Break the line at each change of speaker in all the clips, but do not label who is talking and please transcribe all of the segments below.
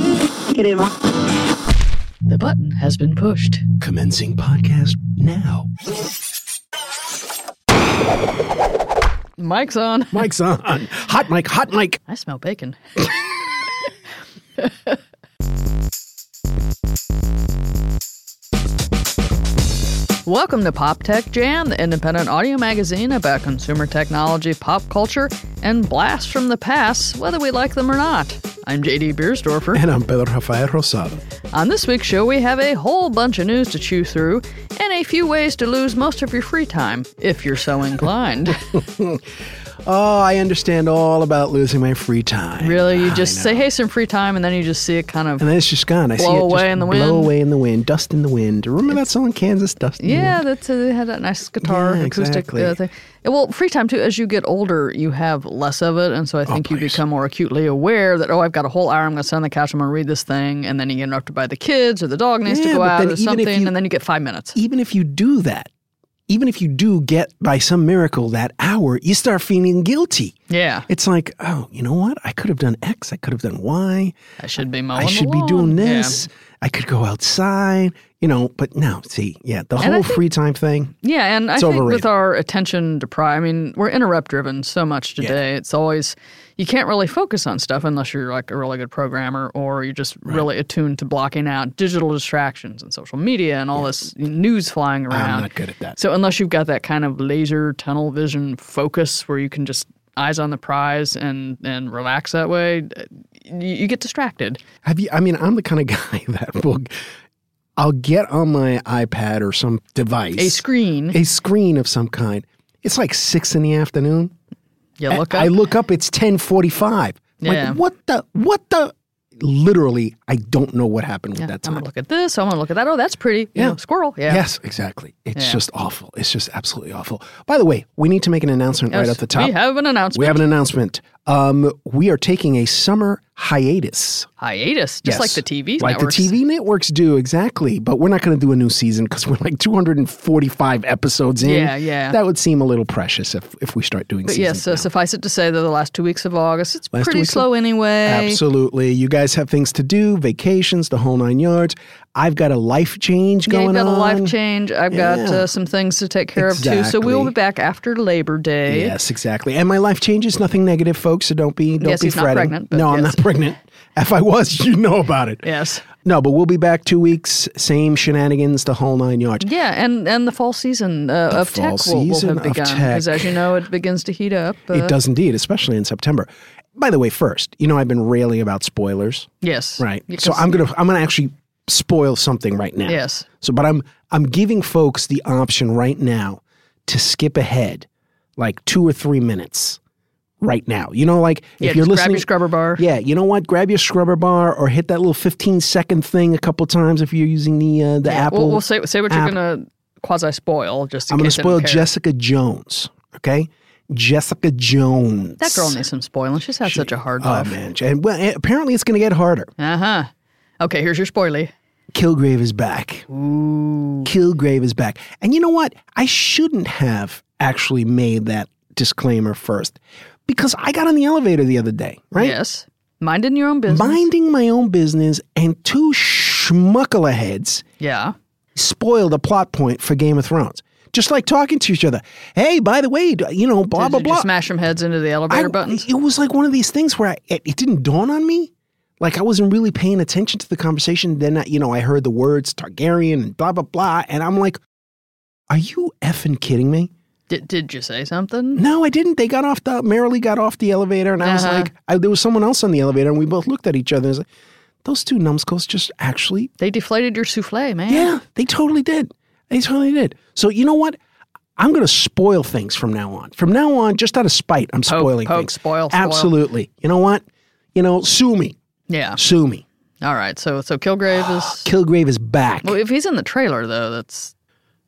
negative.
The button has been pushed.
Commencing podcast now.
Mike's on.
Mike's on. Hot mic, hot mic.
I smell bacon. Welcome to Pop Tech Jam, the independent audio magazine about consumer technology, pop culture, and blasts from the past, whether we like them or not. I'm JD Beersdorfer.
And I'm Pedro Rafael Rosado.
On this week's show, we have a whole bunch of news to chew through and a few ways to lose most of your free time, if you're so inclined.
Oh, I understand all about losing my free time.
really, you
I
just
know.
say, hey, some free time, and then you just see it kind of.
And then it's just gone. I see
Blow
it just
away in the
Blow
wind.
away in the wind. Dust in the wind. Remember that song, Kansas Dust in the
Yeah,
Wind?
that's uh, they had that nice guitar
Yeah,
acoustic
exactly.
uh, thing. And, Well, free time too. As you get older, you have less of it, and so I think you
Oh, please.
become more acutely aware that oh, I've got a whole hour. I'm going to sit on the couch. I'm going to read this thing, and then you get interrupted by the kids or the dog needs
Yeah,
to go
but
out
then
or
even if
something,
you- E
and then you get five minutes.
Even if you do that, even if you do get by some miracle that hour, you start feeling guilty.
Yeah,
It's like, oh, you know what? I could have done X. I could have done Y.
I should be mowing.
I
the
should be
lawn.
doing
Yeah.
this. I could go outside, you know, but no, see, yeah, the
I
whole
think-
free time thing.
Yeah, and I
It's
think
overrated.
with our attention deprived, I mean, we're interrupt driven so much today. It's always you can't really focus on stuff unless you're like a really good programmer or you're just really attuned to blocking out digital distractions and social media and all this news flying around.
not good at that.
So unless you've got that kind of laser tunnel vision focus where you can just eyes on the prize and and relax that way, you, you get distracted.
Have you? I mean, I'm the kind of guy that will. I'll get on my iPad or some device,
A screen,
a screen of some kind. It's like six in the afternoon.
you look up.
I look up. It's ten forty-five.
Yeah.
Like, what the? What the? Literally, I don't know what happened with that
I'm
time.
gonna look at this. I'm gonna look at that. Oh, that's pretty. You
Yeah.
know, squirrel. Yeah.
Yes, exactly. It's
Yeah.
just awful. It's just absolutely awful. By the way, we need to make an announcement right
Yes,
at the top.
We have an announcement.
We have an announcement. Um, we are taking a summer hiatus.
hiatus, just like the TV
Like
networks.
the TV networks do, exactly. But we're not going to do a new season because we're like 245 episodes in.
Yeah, yeah.
That would seem a little precious if, if we start doing
But
seasons.
yes, so
now.
suffice it to say that the last two weeks of August, it's
Last two
pretty
weeks of-
slow anyway.
Absolutely. You guys have things to do, vacations, the whole nine yards. I've got a life change
Yeah,
going
I've got
on.
a life change. I've got
Yeah.
uh, some things to take care of too. So we will
Exactly.
be back after Labor Day.
Yes, exactly. And my life change is nothing negative, folks. So don't be don't
Yes,
be
he's not
fretting.
pregnant, but
no, I'm
yes.
not pregnant. If I was, you know about it.
Yes.
No, but we'll be back two weeks. Same shenanigans, the whole nine yards.
Yeah, and, and the fall season uh, of tech
fall
will, will
season
have
of
begun
tech.
because, as you know, it begins to heat up. Uh,
It does indeed, especially in September. By the way, first, you know I've been railing about spoilers,
Yes.
right? So
Because-
I'm gonna I'm gonna actually spoil something right now.
Yes.
So, but I'm I'm giving folks the option right now to skip ahead, like two or three minutes, right now. You know, like
Yeah,
if you're
just grab
listening,
your scrubber bar.
Yeah, you know what? Grab your scrubber bar or hit that little 15 second thing a couple times if you're using the uh, the Apple.
We'll, we'll say, say what
app.
you're going to quasi spoil just in
I'm going to
case they don't
spoil
care.
Jessica Jones. Okay, Jessica Jones.
That girl needs some spoiling. She's had such a hard
Oh
life.
man! And well, eh, apparently it's going to get harder.
Uh huh. Okay, here's your spoilie.
Kilgrave is back. Kilgrave is back. And you know what? I shouldn't have actually made that disclaimer first because I got on the elevator the other day, right?
Yes. Minding your own business.
Minding my own business, and two schmuckle heads
Yeah.
spoiled a plot point for Game of Thrones. Just like talking to each other. Hey, by the way, d- you know, blah,
Did
blah,
you
blah.
just smash them heads into the elevator
I-
buttons?
It was like one of these things where I, it, it didn't dawn on me. Like I wasn't really paying attention to the conversation. Then I, you know I heard the words Targaryen and blah blah blah, and I'm like, "Are you effing kidding me?"
Did, did you say something?
No, I didn't. They got off the merrily got off the elevator, and I was
Uh-huh.
like, I, there was someone else on the elevator, and we both looked at each other. and was like, Those two numbskulls just actually,
They deflated your souffle, man.
yeah, they totally did. They totally did. So you know what? I'm going to spoil things from now on. From now on, just out of spite, I'm
Poke,
spoiling
poke,
things.
spoil, spoil.
Absolutely. You know what? You know, sue me.
Yeah.
Sue me.
All right. So so Kilgrave is.
Kilgrave is back.
Well, if he's in the trailer though, that's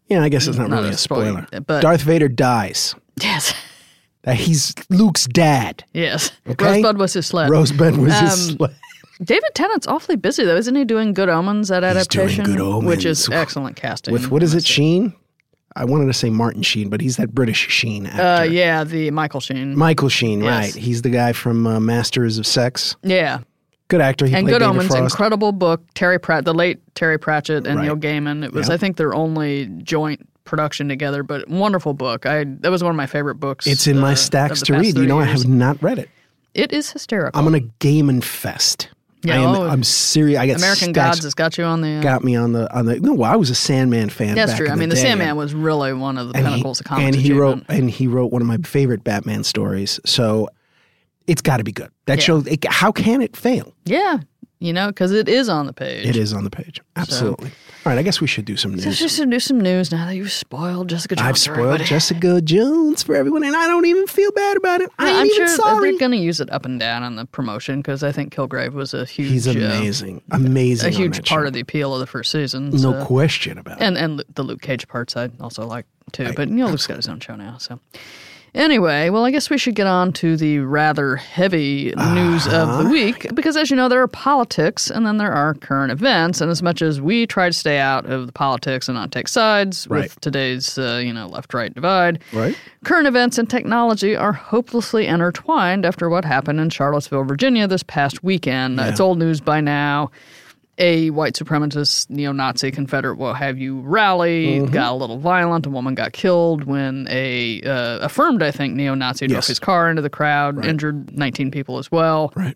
yeah, I guess it's not,
not
really
a
a spoiler.
spoil, but-
Darth Vader dies.
yes,
That he's Luke's dad.
yes.
Okay.
Rosebud was his sled.
Rosebud was his
Uh, Um,
slave.
David Tennant's awfully busy though, isn't he? Doing Good Omens that
He's doing
adaptation,
Good
which is
Omens.
excellent casting. Uh,
With what is it, Sheen? I wanted to say Martin Sheen, but he's that British Sheen
Uh,
actor.
yeah, the Michael Sheen.
Michael Sheen,
Yes.
right. He's the guy from uh, Masters of Sex.
yeah.
Good actor. He
and
played
Good
David
Omens,
Frost.
incredible book. Terry Pratt, the late Terry Pratchett and
Right.
Neil Gaiman. It was,
Yeah.
I think, their only joint production together, but wonderful book. I that was one of my favorite books.
It's in
uh,
my
of
stacks
the
to
past
read. You
30
know, I
years.
have not read it.
It is hysterical.
I'm gonna game and fest. I
Yeah,
am,
oh,
I'm serious. I got
American
stacks-
Gods has got you on the. uh,
got me on the on the. No, well, I was a Sandman fan.
that's
back
true.
in
I mean, the,
day.
Sandman was really one of the pinnacles of comics.
and he
achievement.
wrote and he wrote one of my favorite Batman stories. So it's got to be good. That
Yeah.
shows it, how can it fail?
Yeah, you know, because it is on the page.
It is on the page. Absolutely. All right, I guess we should do some
So let's
news.
just do some news now that you've spoiled Jessica Jones.
I've
for
spoiled
everybody.
Jessica Jones for everyone, and I don't even feel bad about it. I
Yeah,
ain't
I'm
even
sure
sorry.
they're going to use it up and down on the promotion because I think Kilgrave was a huge,
He's
uh,
amazing,
a
amazing. on
huge
that
part
show.
of the appeal of the first season.
no
so-
question about it.
and and the Luke Cage parts I also like too. but you know, Luke's got his own show now. So anyway, well, I guess we should get on to the rather heavy news of
Uh-huh.
the week because, as you know, there are politics and then there are current events. And as much as we try to stay out of the politics and not take sides
Right.
with today's uh, you know left right divide,
Right.
Current events and technology are hopelessly intertwined after what happened in Charlottesville, Virginia this past weekend. It's old news by now. A white supremacist, neo Nazi, Confederate, what have you, rally got a little violent. A woman got killed when a uh, affirmed, I think, neo Nazi drove
Yes.
his car into the crowd, injured 19 people as well.
Right.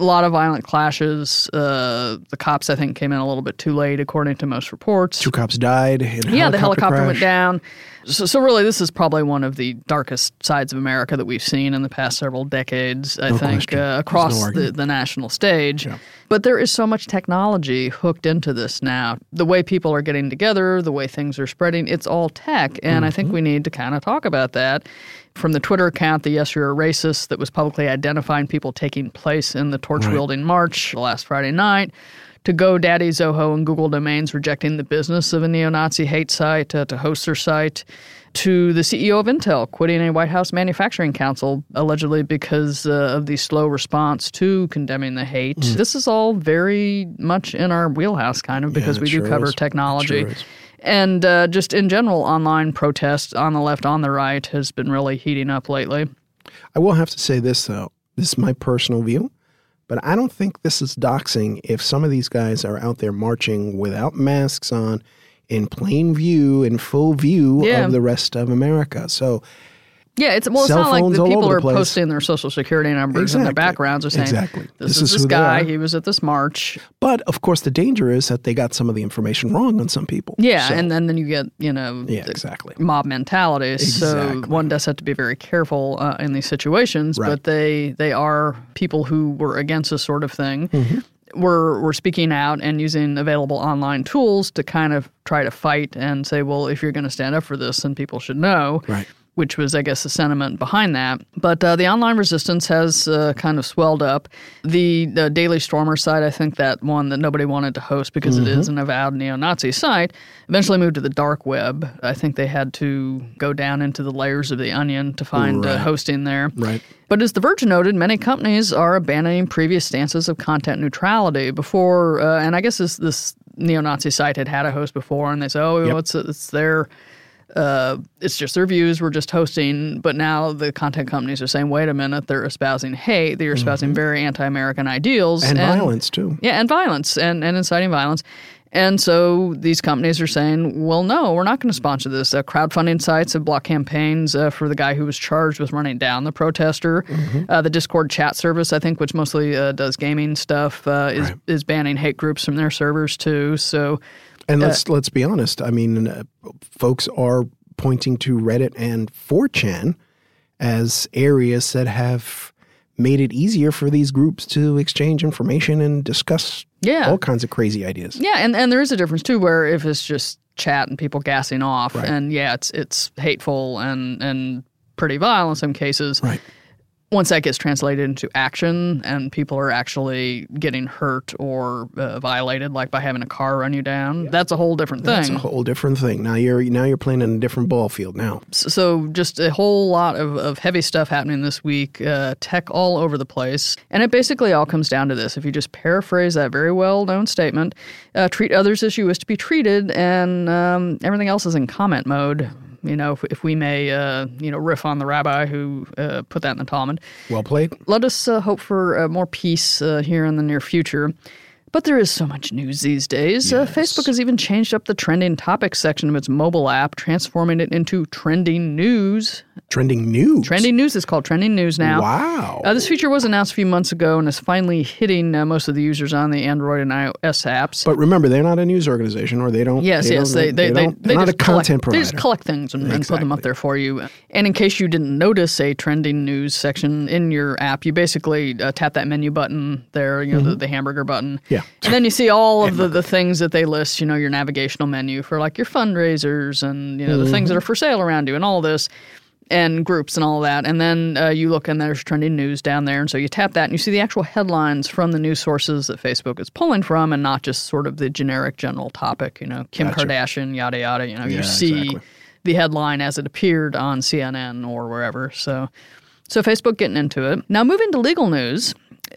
A lot of violent clashes. Uh, the cops, I think, came in a little bit too late, according to most reports.
Two cops died. In a
Yeah, the helicopter
crash.
went down. So, so really, this is probably one of the darkest sides of America that we've seen in the past several decades. I think
question.
uh, across
no
the,
argument.
the national stage. But there is so much technology hooked into this now. The way people are getting together, the way things are spreading, it's all tech. And I
Mm-hmm.
think we need to kind of talk about that. From the Twitter account, the Yes You're a Racist, that was publicly identifying people taking place in the torch wielding march last Friday night, to GoDaddy, Zoho, and Google Domains rejecting the business of a neo Nazi hate site, uh, to host their site, to the CEO of Intel quitting a White House Manufacturing Council, allegedly because uh, of the slow response to condemning the hate.
Mm.
This is all very much in our wheelhouse, kind of, because
it
we
sure
do cover
is. It
technology.
sure is.
and uh, just in general, online protests on the left, on the right, has been really heating up lately.
I will have to say this though. This is my personal view, but I don't think this is doxing if some of these guys are out there marching without masks on in plain view in full view
Yeah.
of the rest of America. So
Yeah, it's well. It's
Cell
not like
phones
the
all
people
over the
are
place.
posting their social security numbers and their
Exactly.
backgrounds are saying,
Exactly.
"This,
This
is
is
this
who they
guy.
are."
He was at this march."
but of course the danger is that they got some of the information wrong on some people.
Yeah, Mm.
So-
and then, then you get you know
yeah,
the
exactly.
mob mentality. So
Exactly.
one does have to be very careful uh, in these situations.
Right.
But they they are people who were against this sort of thing.
Mm-hmm.
Were, were speaking out and using available online tools to kind of try to fight and say, well, if you're going to stand up for this, then people should know
Right.
which was, I guess, the sentiment behind that. But uh, the online resistance has uh, kind of swelled up. The, the Daily Stormer site, I think that one that nobody wanted to host because it
Mm-hmm.
is an avowed neo Nazi site, eventually moved to the dark web. I think they had to go down into the layers of the onion to find uh,
Right.
hosting there.
Right.
But as The Verge noted, many companies are abandoning previous stances of content neutrality before, uh, and I guess this, this neo Nazi site had had a host before, and they say, oh, it's, it's their uh, it's just their views. We're just hosting, but now the content companies are saying, "Wait a minute, they're espousing hate. They're espousing very anti-American ideals
Mm-hmm. And, violence too.
Yeah, and violence and, and inciting violence." And so these companies are saying, "Well, no, we're not going to sponsor this." Uh, crowdfunding sites have blocked campaigns uh, for the guy who was charged with running down the protester.
Mm-hmm.
Uh, the Discord chat service, I think, which mostly uh, does gaming stuff, uh, is is banning hate groups from their servers too. So.
And let's let's be honest. I mean, uh, folks are pointing to Reddit and 4chan as areas that have made it easier for these groups to exchange information and discuss
Yeah.
all kinds of crazy ideas.
Yeah, and, and there is a difference too, where if it's just chat and people gassing off, and yeah, it's it's hateful and and pretty vile in some cases.
Right.
Once that gets translated into action, and people are actually getting hurt or uh, violated, like by having a car run you down, that's a whole different thing.
It's a whole different thing. Now you're now you're playing in a different ball field now.
S- so just a whole lot of, of heavy stuff happening this week uh, tech all over the place and it basically all comes down to this if you just paraphrase that very well known statement uh, treat others as you wish to be treated and um, everything else is in comment mode you know, if, if we may, uh, you know, riff on the rabbi who uh, put that in the Talmud.
Well played.
Let us uh, hope for uh, more peace uh, here in the near future. But there is so much news these days. Uh, Facebook has even changed up the trending topics section of its mobile app, transforming it into trending news.
Trending news.
Trending news is called trending news now.
Wow.
Uh, this feature was announced a few months ago and is finally hitting uh, most of the users on the Android and iOS apps.
but remember, they're not a news organization, or they don't.
Yes,
they
yes,
don't-
they they they,
don't-
they
they're not a
just collect-
content
They just
provider.
collect things and, and put them up
Exactly.
there for you. And in case you didn't notice a trending news section in your app, you basically uh, tap that menu button there, you know, the, the hamburger button.
Yeah.
And then you see all of the, the things that they list, you know, your navigational menu for like your fundraisers and, you know, the things that are for sale around you and all this and groups and all that. And then uh, you look and there's trending news down there. And so you tap that and you see the actual headlines from the news sources that Facebook is pulling from and not just sort of the generic general topic, you know, Kim Kardashian, yada, yada. You know, you see
exactly.
the headline as it appeared on CNN or wherever. So, so Facebook getting into it. Now, moving to legal news.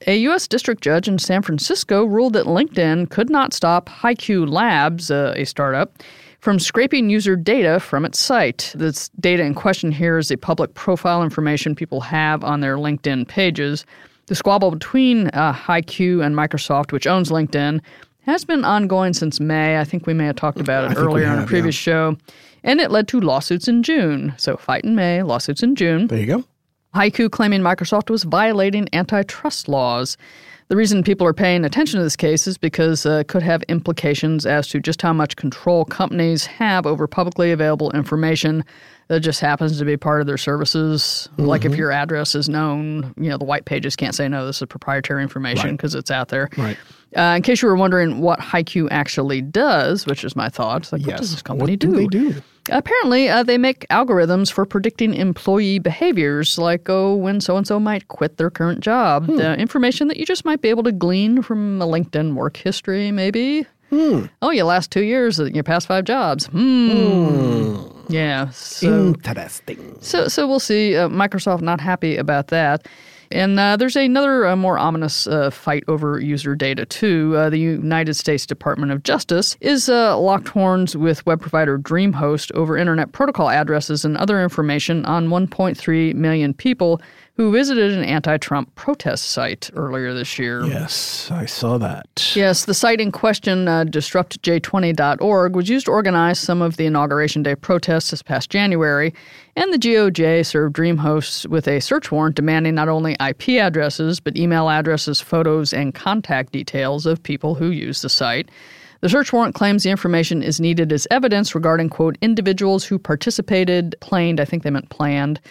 A U.S. district judge in San Francisco ruled that LinkedIn could not stop HiQ Labs, uh, a startup, from scraping user data from its site. This data in question here is the public profile information people have on their LinkedIn pages. The squabble between uh, HiQ and Microsoft, which owns LinkedIn, has been ongoing since May. I think we may have talked about it
think we
earlier on a
have,
previous show. And it led to lawsuits in June. So, fight in May, lawsuits in June.
There you go.
Haiku claiming Microsoft was violating antitrust laws. The reason people are paying attention to this case is because uh, it could have implications as to just how much control companies have over publicly available information that just happens to be part of their services. Like
Mm-hmm.
if your address is known, you know, the white pages can't say no, this is proprietary information because it's out there.
Right.
Uh, in case you were wondering what Haiku actually does, which is my thought, like, what does this company
what do, they do?
Apparently, uh, they make algorithms for predicting employee behaviors, like, oh, when so and so might quit their current job. The information that you just might be able to glean from a LinkedIn work history, maybe. Oh, your last two years, uh, your past five jobs. Hmm. Yeah. So,
Interesting.
so, so we'll see. Uh, Microsoft not happy about that. And uh, there's another uh, more ominous uh, fight over user data, too. Uh, the United States Department of Justice is uh, locked horns with web provider DreamHost over Internet Protocol addresses and other information on 1.3 million people who visited an anti Trump protest site earlier this year.
Yes, I saw that.
Yes, the site in question, uh, disruptj20.org, was used to organize some of the Inauguration Day protests this past January, and the GOJ served DreamHosts with a search warrant demanding not only IP addresses, but email addresses, photos, and contact details of people who use the site. The search warrant claims the information is needed as evidence regarding, quote, individuals who participated, planed, I think they meant planned,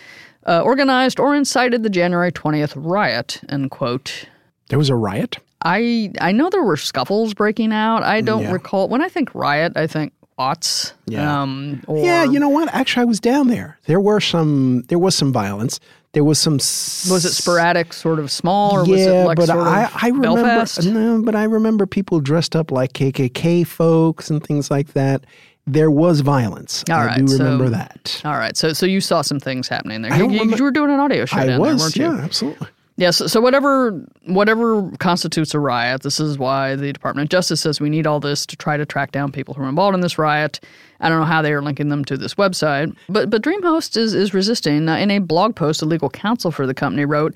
uh, organized, or incited the January 20th riot, end quote.
There was a riot.
I I know there were scuffles breaking out. I don't
Yeah.
recall. When I think riot, I think Watts.
Yeah.
Um, or,
Yeah, you know what? Actually, I was down there. There were some. There was some violence. There was some.
was it sporadic, sort of small, or
Yeah,
was it like
but
sort of
I, I remember.
Belfast?
No, but I remember people dressed up like KKK folks and things like that. There was violence.
All
I
right,
do
so-
remember that.
All right, so so you saw some things happening there. You,
don't
you-
remember-
you were doing an audio show
I
down there,
was.
weren't you?
yeah, absolutely.
Yes. so whatever whatever constitutes a riot, this is why the Department of Justice says we need all this to try to track down people who are involved in this riot. I don't know how they are linking them to this website, but but DreamHost is is resisting. Uh, in a blog post, a legal counsel for the company wrote.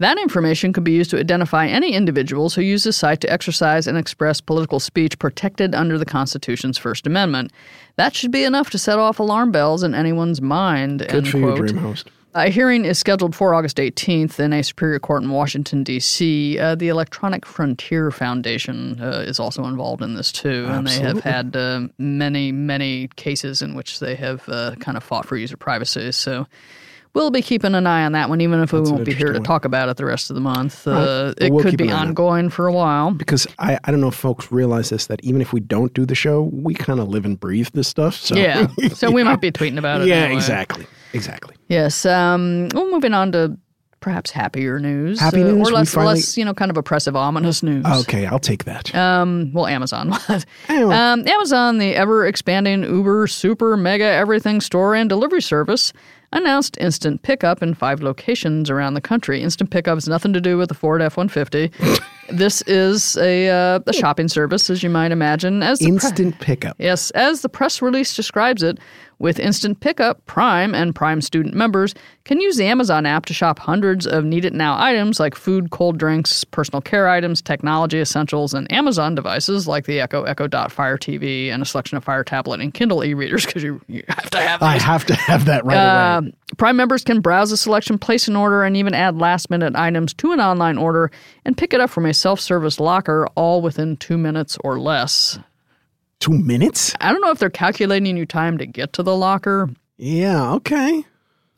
That information could be used to identify any individuals who use this site to exercise and express political speech protected under the Constitution's First Amendment. That should be enough to set off alarm bells in anyone's mind.
Good
end
for you,
quote.
dream host.
A hearing is scheduled for August 18th in a Superior Court in Washington, D.C. Uh, the Electronic Frontier Foundation uh, is also involved in this, too. And they have had uh, many, many cases in which they have uh, kind of fought for user privacy. So we'll be keeping an eye on that one, even if we won't be here to talk about it the rest of the month. Uh,
Well,
it
we'll
could
keep
be
an eye on it.
ongoing for a while.
Because I, I don't know if folks realize this that even if we don't do the show, we kind of live and breathe this stuff. So
Yeah. So we might be tweeting about it.
yeah,
anyway.
exactly, exactly.
Yes. Um, well, moving on to perhaps happier news. Uh,
Happy news?
Or
We
less,
finally-
less, you know, kind of oppressive, ominous news.
Okay, I'll take that.
Um, well, Amazon was.
Anyway.
Um, Amazon, the ever expanding Uber super mega everything store and delivery service, announced instant pickup in five locations around the country. Instant pickup has nothing to do with the Ford F 150. this is a, uh, a shopping service, as you might imagine. As the pre-
Instant pickup.
Yes, as the press release describes it, With Instant Pickup, Prime and Prime student members can use the Amazon app to shop hundreds of Need It Now items like food, cold drinks, personal care items, technology essentials, and Amazon devices like the Echo, Echo Dot, Fire TV, and a selection of Fire Tablet and Kindle e readers because you, you have to have those.
I have to have that right away.
Um, Prime members can browse a selection, place an order, and even add last minute items to an online order and pick it up from a self service locker all within two minutes or less.
Two minutes?
I don't know if they're calculating your time to get to the locker
Yeah, okay.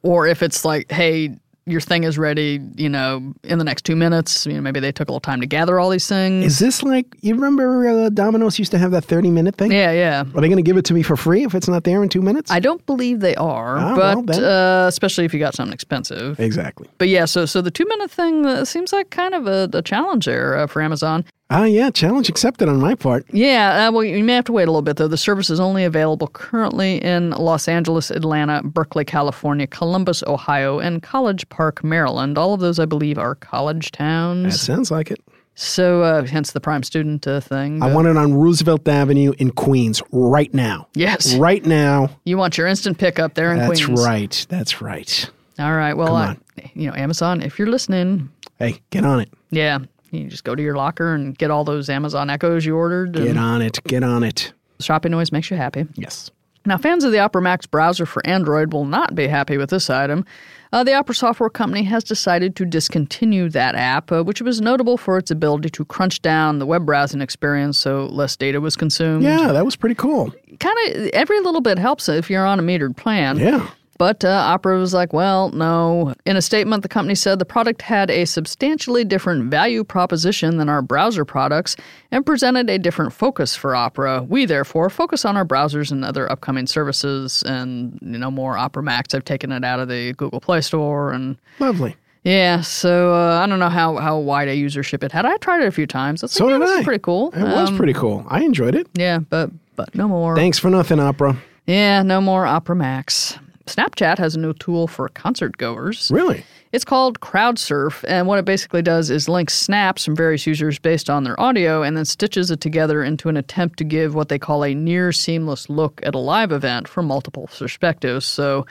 or if it's like, hey, your thing is ready, you know, in the next two minutes. You know, maybe they took a little time to gather all these things.
Is this like, you remember uh, Domino's used to have that 30 minute thing?
yeah, yeah.
Are they going to give it to me for free if it's not there in two minutes?
I don't believe they are,
Ah, well,
but
then.
uh, especially if you got something expensive.
exactly.
But yeah, so so the two minute thing uh, seems like kind of a, a challenge there uh, for Amazon.
Ah, yeah, challenge accepted on my part.
Yeah, uh, well, you may have to wait a little bit though. The service is only available currently in Los Angeles, Atlanta, Berkeley, California, Columbus, Ohio, and College Park, Maryland. All of those, I believe, are college
That
towns.
sounds like it.
So, uh, hence the prime student uh, thing.
I
but-
want it on Roosevelt Avenue in Queens right now.
yes,
Right now.
you want your instant pickup there in
That's
Queens.
right. That's right.
All right. Well, I, you know, Amazon, if you're listening,
Hey, get on it.
yeah, you just go to your locker and get all those Amazon Echoes you ordered.
Get
And
on it. Get on it.
shopping noise makes you happy.
Yes.
Now, fans of the Opera Max browser for Android will not be happy with this item. Uh, the Opera Software Company has decided to discontinue that app, uh, which was notable for its ability to crunch down the web browsing experience so less data was consumed.
Yeah, that was pretty cool.
Kind of every little bit helps if you're on a metered plan.
Yeah.
But uh, Opera was like, well, no. In a statement, the company said the product had a substantially different value proposition than our browser products and presented a different focus for Opera. We, therefore, focus on our browsers and other upcoming services and, you know, more Opera Max. I've taken it out of the Google Play Store. And
Lovely.
yeah, so uh, I don't know how, how wide a usership it had. I tried it a few times. It's
So
like, yeah,
did
this is
I.
pretty cool.
It was
Um,
pretty cool. I enjoyed it.
Yeah, but, but no more.
Thanks for nothing, Opera.
Yeah, no more Opera Max. Snapchat has a new tool for concert goers.
Really?
It's called CrowdSurf, and what it basically does is links snaps from various users based on their audio and then stitches it together into an attempt to give what they call a near seamless look at a live event from multiple perspectives. So,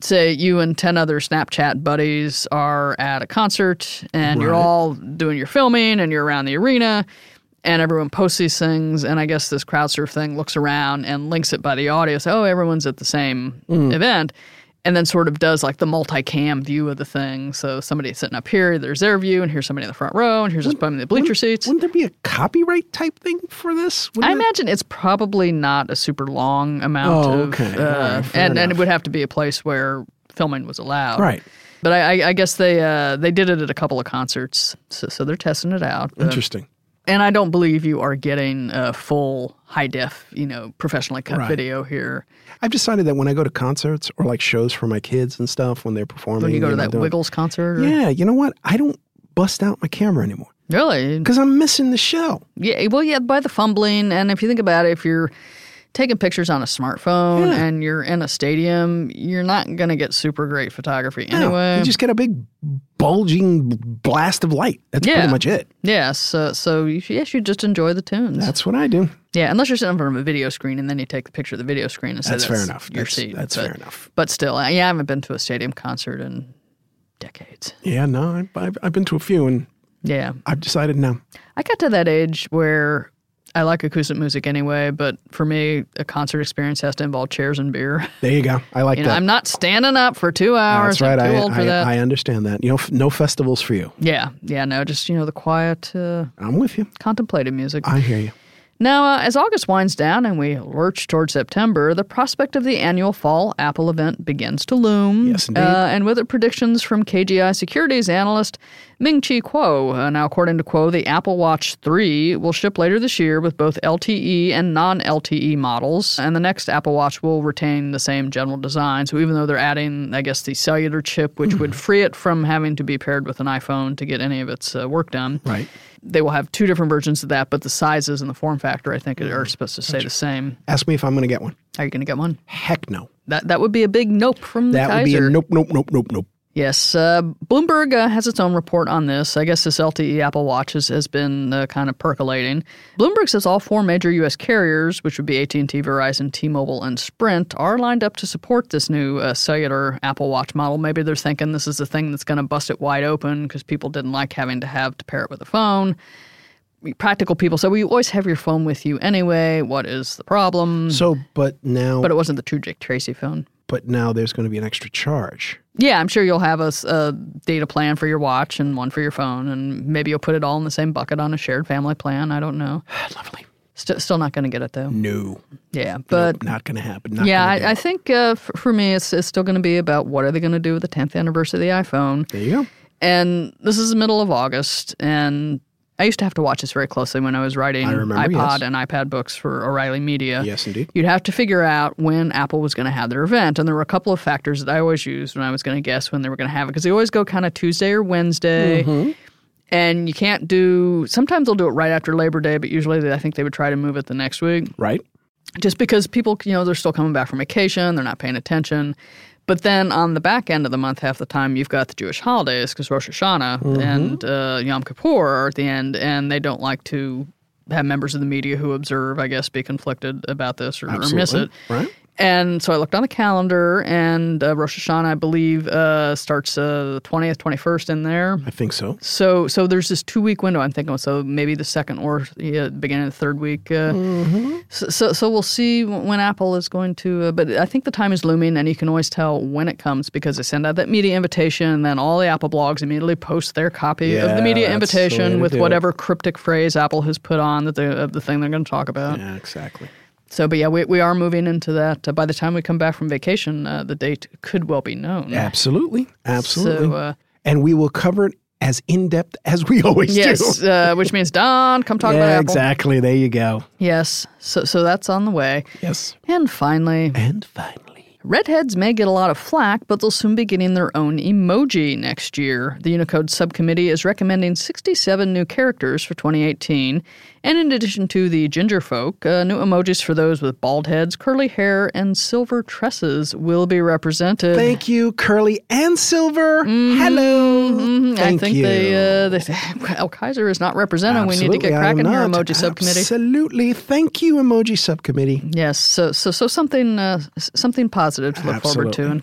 say you and 10 other Snapchat buddies are at a concert and you're all doing your filming and you're around the arena and everyone posts these things and i guess this crowdsurf thing looks around and links it by the audio so oh everyone's at the same event and then sort of does like the multi-cam view of the thing so somebody's sitting up here there's their view and here's somebody in the front row and here's us in the bleacher seats
Wouldn't there be a copyright type thing for this? Wouldn't
I
it-
imagine it's probably not a super long amount
Oh,
of,
okay.
uh,
All right, fair
and and it
enough.
would have to be a place where filming was allowed,
Right.
But I, I, I guess they uh, they did it at a couple of concerts, so, so they're testing it out. Uh,
Interesting.
and I don't believe you are getting a full high def, you know, professionally cut
Right.
video here.
I've decided that when I go to concerts or like shows for my kids and stuff when they're performing,
When you go to
and
that
they're doing-
Wiggles concert, or,
Yeah, you know what? I don't bust out my camera anymore
really,
because I'm missing the show.
Yeah, well, yeah, by the fumbling, and if you think about it, if you're taking pictures on a smartphone
Yeah.
and you're in a stadium, you're not gonna get super great photography
No,
anyway.
you just get a big bulging blast of light. That's
Yeah.
pretty much it.
yeah, so so you, yeah, you should just enjoy the tunes.
That's what I do.
yeah, unless you're sitting in front of a video screen and then you take the picture of the video screen and say
That's,
that's,
fair enough.
Your
that's
seat.
that's
but,
fair enough.
But still, I- yeah, I haven't been to a stadium concert in decades.
Yeah, no, I- I've, I've been to a few and
Yeah,
I've decided no.
I got to that age where. I like acoustic music anyway, but for me, a concert experience has to involve chairs and beer.
There you go. I like
You know,
that.
I'm not standing up for two hours.
that's right.
I'm too
I,
old for
I,
that.
I understand that. You know, f- no festivals for you.
yeah, yeah, no, just you know the quiet, uh,
I'm with you.
contemplative music.
I hear you.
now, uh, as August winds down and we lurch towards September, the prospect of the annual fall Apple event begins to loom.
Yes, indeed.
Uh, and with it, predictions from KGI Securities analyst Ming Chi Kuo. Uh, now, according to Kuo, the Apple Watch 3 will ship later this year with both LTE and non LTE models. And the next Apple Watch will retain the same general design. So, even though they're adding, I guess, the cellular chip, which would free it from having to be paired with an iPhone to get any of its uh, work done,
Right.
they will have two different versions of that, but the sizes and the form factor, I think, are supposed to stay the same.
Ask me if I'm going to get one.
Are you going to get one?
Heck no.
That that would be a big nope from the
That would
Kaiser.
be a nope, nope, nope, nope, nope.
Yes, uh, Bloomberg uh, has its own report on this. I guess this LTE Apple Watch has, has been uh, kind of percolating. Bloomberg says all four major U.S. carriers, which would be AT&T, Verizon, T-Mobile, and Sprint, are lined up to support this new uh, cellular Apple Watch model. Maybe they're thinking this is the thing that's going to bust it wide open because people didn't like having to have to pair it with a phone. Practical people said, "Well, you always have your phone with you anyway. What is the problem?"
So, but
Mm.
now,
but
but,
it wasn't the true Dick Tracy phone.
now there's going to be an extra charge.
Yeah, I'm sure you'll have a, s- a data plan for your watch and one for your phone, and maybe you'll put it all in the same bucket on a shared family plan. I don't know.
Lovely.
St- still not going to get it though.
No,
Yeah, but
not going to happen. Not
yeah,
gonna do
I, I
it.
think uh, for, for me, it's, it's still going to be about what are they going to do with the 10th anniversary of the iPhone.
there you go.
And this is the middle of August, and I used to have to watch this very closely when I was writing
I remember,
iPod
yes.
and iPad books for O'Reilly Media
Yes, indeed.
you'd have to figure out when Apple was going to have their event. And there were a couple of factors that I always used when I was going to guess when they were going to have it because they always go kind of Tuesday or Wednesday. And you can't do, sometimes they'll do it right after Labor Day, but usually they, I think they would try to move it the next week
Right.
just because people, you know, they're still coming back from vacation, they're not paying attention. But then on the back end of the month, half the time, you've got the Jewish holidays because Rosh Hashanah and uh, Yom Kippur are at the end, and they don't like to have members of the media who observe, I guess, be conflicted about this or, or miss
Absolutely.
it.
Right.
And so I looked on the calendar, and uh, Rosh Hashanah, I believe, uh, starts uh, the 20th, 21st in there.
I think so.
So, so there's this two week window. I'm thinking, so maybe the second or yeah, beginning of the third week. Uh,
Mm-hmm.
so, so, so we'll see wh- when Apple is going to. Uh, but I think the time is looming, and you can always tell when it comes because they send out that media invitation, and then all the Apple blogs immediately post their copy of the
Yeah,
media
that's the way
invitation
to
with
do it.
whatever cryptic phrase Apple has put on that they, of the thing they're going to talk about.
Yeah, exactly.
So, but yeah, we, we are moving into that. Uh, by the time we come back from vacation, uh, the date could well be known.
Absolutely. Absolutely.
So, uh,
and we will cover it as in depth as we always
yes,
do.
uh, which means Don, come talk about
Yeah,
Apple.
exactly. There you go.
Yes, so so that's on the way.
Yes.
And finally,
And finally,
redheads may get a lot of flack, but they'll soon be getting their own emoji next year. The Unicode subcommittee is recommending 67 new characters for 2018, and in addition to the ginger folk, uh, new emojis for those with bald heads, curly hair, and silver tresses will be represented.
thank you, Curly and Silver. Hello.
Mhm, Mm-hmm. I
Thank
think
you.
they, uh, they say, well, Kaiser is not represented. we need to
Absolutely,
get
I am
cracking here,
not.
emoji subcommittee.
Absolutely. Thank you, Emoji Subcommittee.
Yes, so so so something uh, s- something positive to look forward to
Absolutely.
in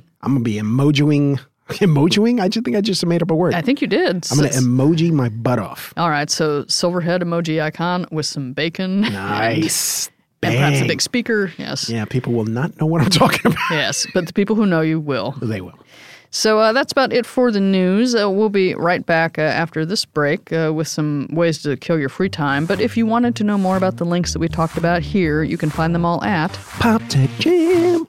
2018.
I'm going to be emojiing. Emojiing? I just think I just made up a word.
I think you did.
I'm going to
S-
emoji my butt off.
All right, so silverhead emoji icon with some bacon.
Nice.
And, and perhaps a
Bang.
big speaker. Yes.
Yeah, people will not know what I'm talking about.
Yes, but the people who know you will.
They will.
So uh, that's about it for the news. Uh, we'll be right back uh, after this break uh, with some ways to kill your free time. But if you wanted to know more about the links that we talked about here, you can find them all at
PopTechJam.com.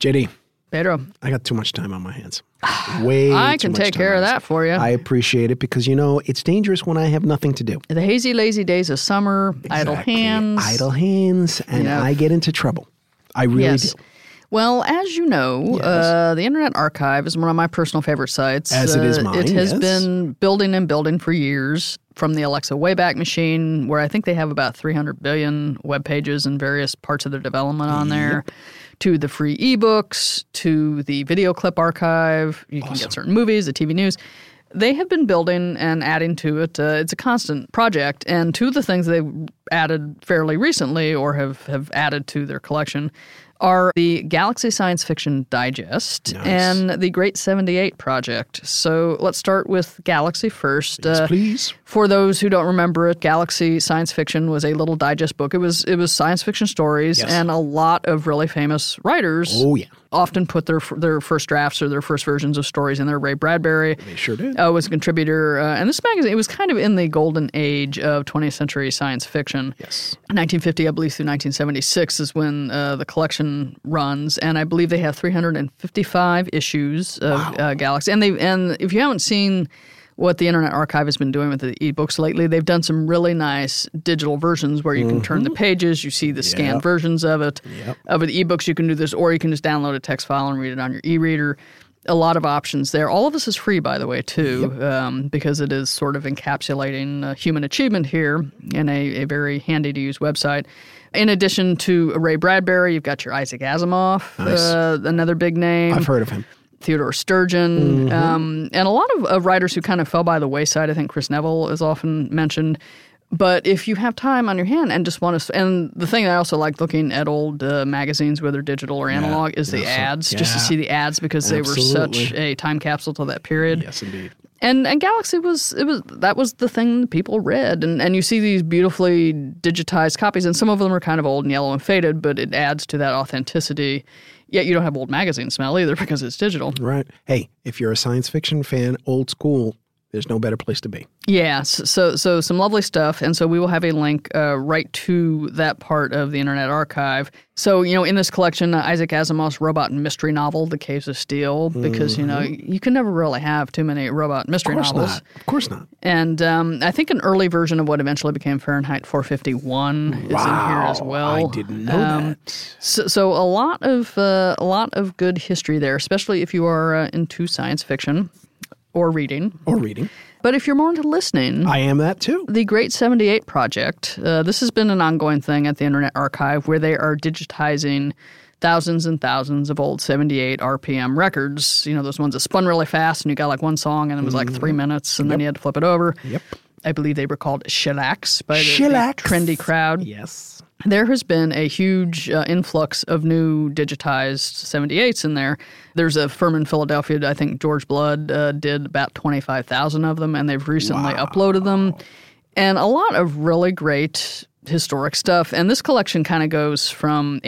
JD,
Pedro.
I got too much time on my hands. Way
I
too
can
much
take
time
care of
on my
that
hands.
for you.
I appreciate it because you know it's dangerous when I have nothing to do.
the hazy, lazy days of summer, idle
Exactly.
hands.
Idle hands, and
Yeah.
I get into trouble. I really
Yes.
do.
Well, as you know, uh, the Internet Archive is one of my personal favorite sites.
As it is
Uh,
mine,
It has
yes.
been building and building for years from the Alexa Wayback Machine, where I think they have about 300 billion web pages and various parts of their development on there, to the free ebooks, to the video clip archive. You can get certain movies, the TV news. They have been building and adding to it. Uh, it's a constant project. And two of the things they've added fairly recently or have, have added to their collection are the Galaxy Science Fiction Digest
Nice.
and the Great 78 Project. So let's start with Galaxy first. Uh,
Please.
for those who don't remember it, Galaxy Science Fiction was a little digest book. It was it was science fiction stories, and a lot of really famous writers
Oh yeah,
often put their their first drafts or their first versions of stories in there. Ray Bradbury
they sure did.
uh, was a contributor, uh, and this magazine it was kind of in the golden age of 20th century science fiction.
yes.
1950, I believe, through 1976 is when uh, the collection runs, and I believe they have 355 issues of uh, Galaxy. And they and if you haven't seen what the Internet Archive has been doing with the ebooks lately. They've done some really nice digital versions where you can turn the pages, you see the scanned
Yep.
versions of it.
Yep.
Of the ebooks, you can do this, or you can just download a text file and read it on your e-reader. A lot of options there. All of this is free, by the way, too, um, because it is sort of encapsulating uh, human achievement here in a, a very handy to use website. In addition to Ray Bradbury, you've got your Isaac Asimov, uh, another big name.
I've heard of him.
Theodore Sturgeon,
Mm-hmm.
um, and a lot of, of writers who kind of fell by the wayside. I think Chris Neville is often mentioned. But if you have time on your hand and just want to, and the thing that I also like looking at old uh, magazines, whether digital or analog, is the ads, just to
yeah.
see the ads because they were such
Absolutely.
a time capsule to that period
Yes, indeed.
and and Galaxy was it was that was the thing that people read and and you see these beautifully digitized copies and some of them are kind of old and yellow and faded but it adds to that authenticity yet you don't have old magazine smell either because it's digital
Right. Hey, if you're a science fiction fan, old school, there's no better place to be.
yeah s- so so some lovely stuff and so we will have a link uh, right to that part of the internet archive so you know in this collection uh, Isaac Asimov's robot mystery novel The Caves of Steel because you know you can never really have too many robot mystery
Mm-hmm. Of course
novels
not. Of course not.
And um, I think an early version of what eventually became Fahrenheit 451 is in here as
Wow,
well.
I didn't know
Um,
that.
So, so a lot of uh, a lot of good history there, especially if you are uh, into science fiction or reading.
Or reading.
But if you're more into listening,
I am that too.
the Great 78 Project. Uh, this has been an ongoing thing at the Internet Archive where they are digitizing thousands and thousands of old 78 RPM records. You know, those ones that spun really fast and you got like one song and it was like three minutes and then you had to flip it over.
Mm-hmm. Yep.
I believe they were called shellacs by the, the
Shellacs.
trendy crowd.
Yes.
There has been a huge uh, influx of new digitized 78s in there. There's a firm in Philadelphia, I think George Blood uh, did about 25,000 of them, and they've recently uploaded them. And a lot of really great historic stuff. And this collection kind of goes from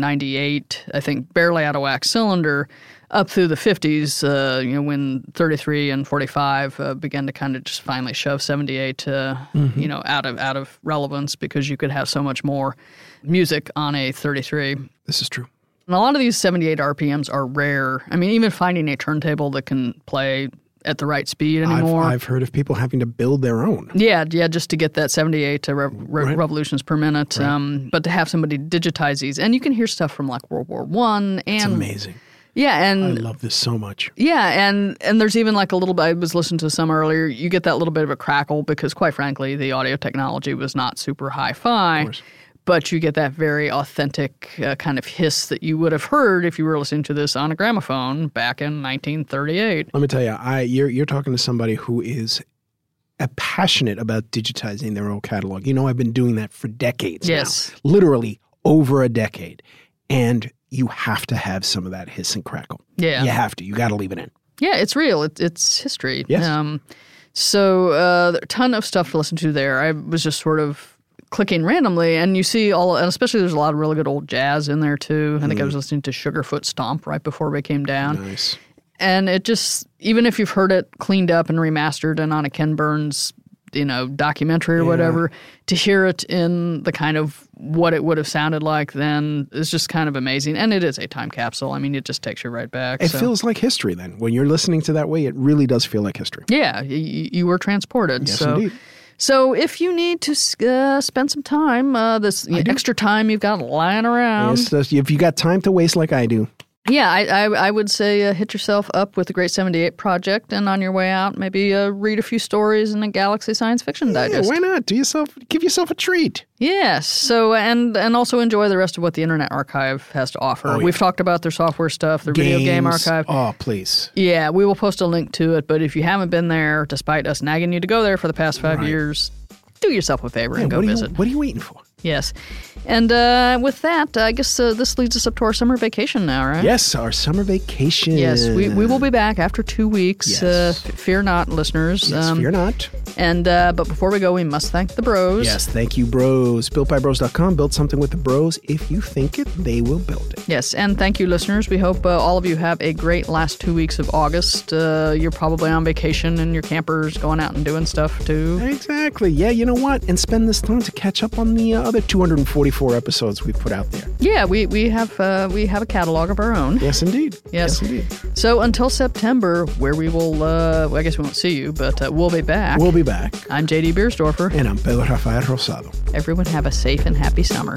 1898, I think, barely out of wax cylinder, up through the 50s, uh, you know, when 33 and 45 uh, began to kind of just finally shove 78, uh, you know, out of out of relevance because you could have so much more music on a 33. And
This is true.
a lot of these 78 RPMs are rare. I mean, even finding a turntable that can play at the right speed
I've,
anymore.
I've heard of people having to build their own.
Yeah, yeah, just to get that 78 to re- re- revolutions per minute. Um, but to have somebody digitize these, and you can hear stuff from like World War One, and
Amazing.
yeah,
I
and
love this so much.
yeah, and and there's even like a little bit. I was listening to some earlier. You get that little bit of a crackle because, quite frankly, the audio technology was not super hi-fi. But you get that very authentic uh, kind of hiss that you would have heard if you were listening to this on a gramophone back in 1938.
Let me tell you, I you're you're talking to somebody who is a passionate about digitizing their own catalog. You know, I've been doing that for decades. now.
Yes.
literally over a decade, and you have to have some of that hiss and crackle.
Yeah.
you have to. You got to leave it in.
Yeah, it's real. It, it's history.
Yes.
Um, so uh, there- a ton of stuff to listen to there. I was just sort of clicking randomly, and you see all, and especially there's a lot of really good old jazz in there too. I think I was listening to Sugarfoot Stomp right before we came down,
Mm. Nice.
and it just even if you've heard it cleaned up and remastered and on a Ken Burns you know documentary or whatever to hear it in the kind of what it would have sounded like then is just kind of amazing and it is a time capsule i mean it just takes you right back
It
so.
feels like history then. When you're listening to that way, it really does feel like history.
Yeah, y- y- you were transported. so.
indeed.
So if you need to s- uh, spend some time, uh, this you know, extra time you've got lying around,
It's just- if you got time to waste like I do,
yeah, I, I, I would say uh, hit yourself up with the Great 78 Project, and on your way out, maybe uh, read a few stories in a Galaxy Science Fiction
yeah,
Digest.
why not? Do yourself give yourself a treat.
Yes. So and and also enjoy the rest of what the Internet Archive has to offer. We've talked about their software stuff, their video game
Oh, Games.
archive.
Oh, please.
Yeah, we will post a link to it. But if you haven't been there, despite us nagging you to go there for the past five years, do yourself a favor and
Yeah,
go
what, are you,
visit.
what are you waiting for?
Yes. And uh, with that, I guess uh, this leads us up to our summer vacation now, right?
Yes, our summer vacation.
Yes, we, we will be back after two weeks.
Yes.
Uh, f- fear not, listeners. Um,
Yes, fear not.
And uh, but before we go, we must thank the bros.
Yes, thank you, bros. BuiltByBros.com. Build something with the bros. If you think it, they will build it.
Yes, and thank you, listeners. We hope uh, all of you have a great last two weeks of August. Uh, you're probably on vacation and your camper's going out and doing stuff too.
Exactly. Yeah, you know what? And spend this time to catch up on the uh, other 244 episodes we've put out there.
Yeah, we we have uh, we have a catalog of our own.
Yes, indeed.
Yes.
indeed.
So until September, where we will, uh, well, I guess we won't see you, but uh, we'll be back.
We'll be back.
I'm JD Beersdorfer.
And I'm Pedro Rafael Rosado.
Everyone have a safe and happy summer.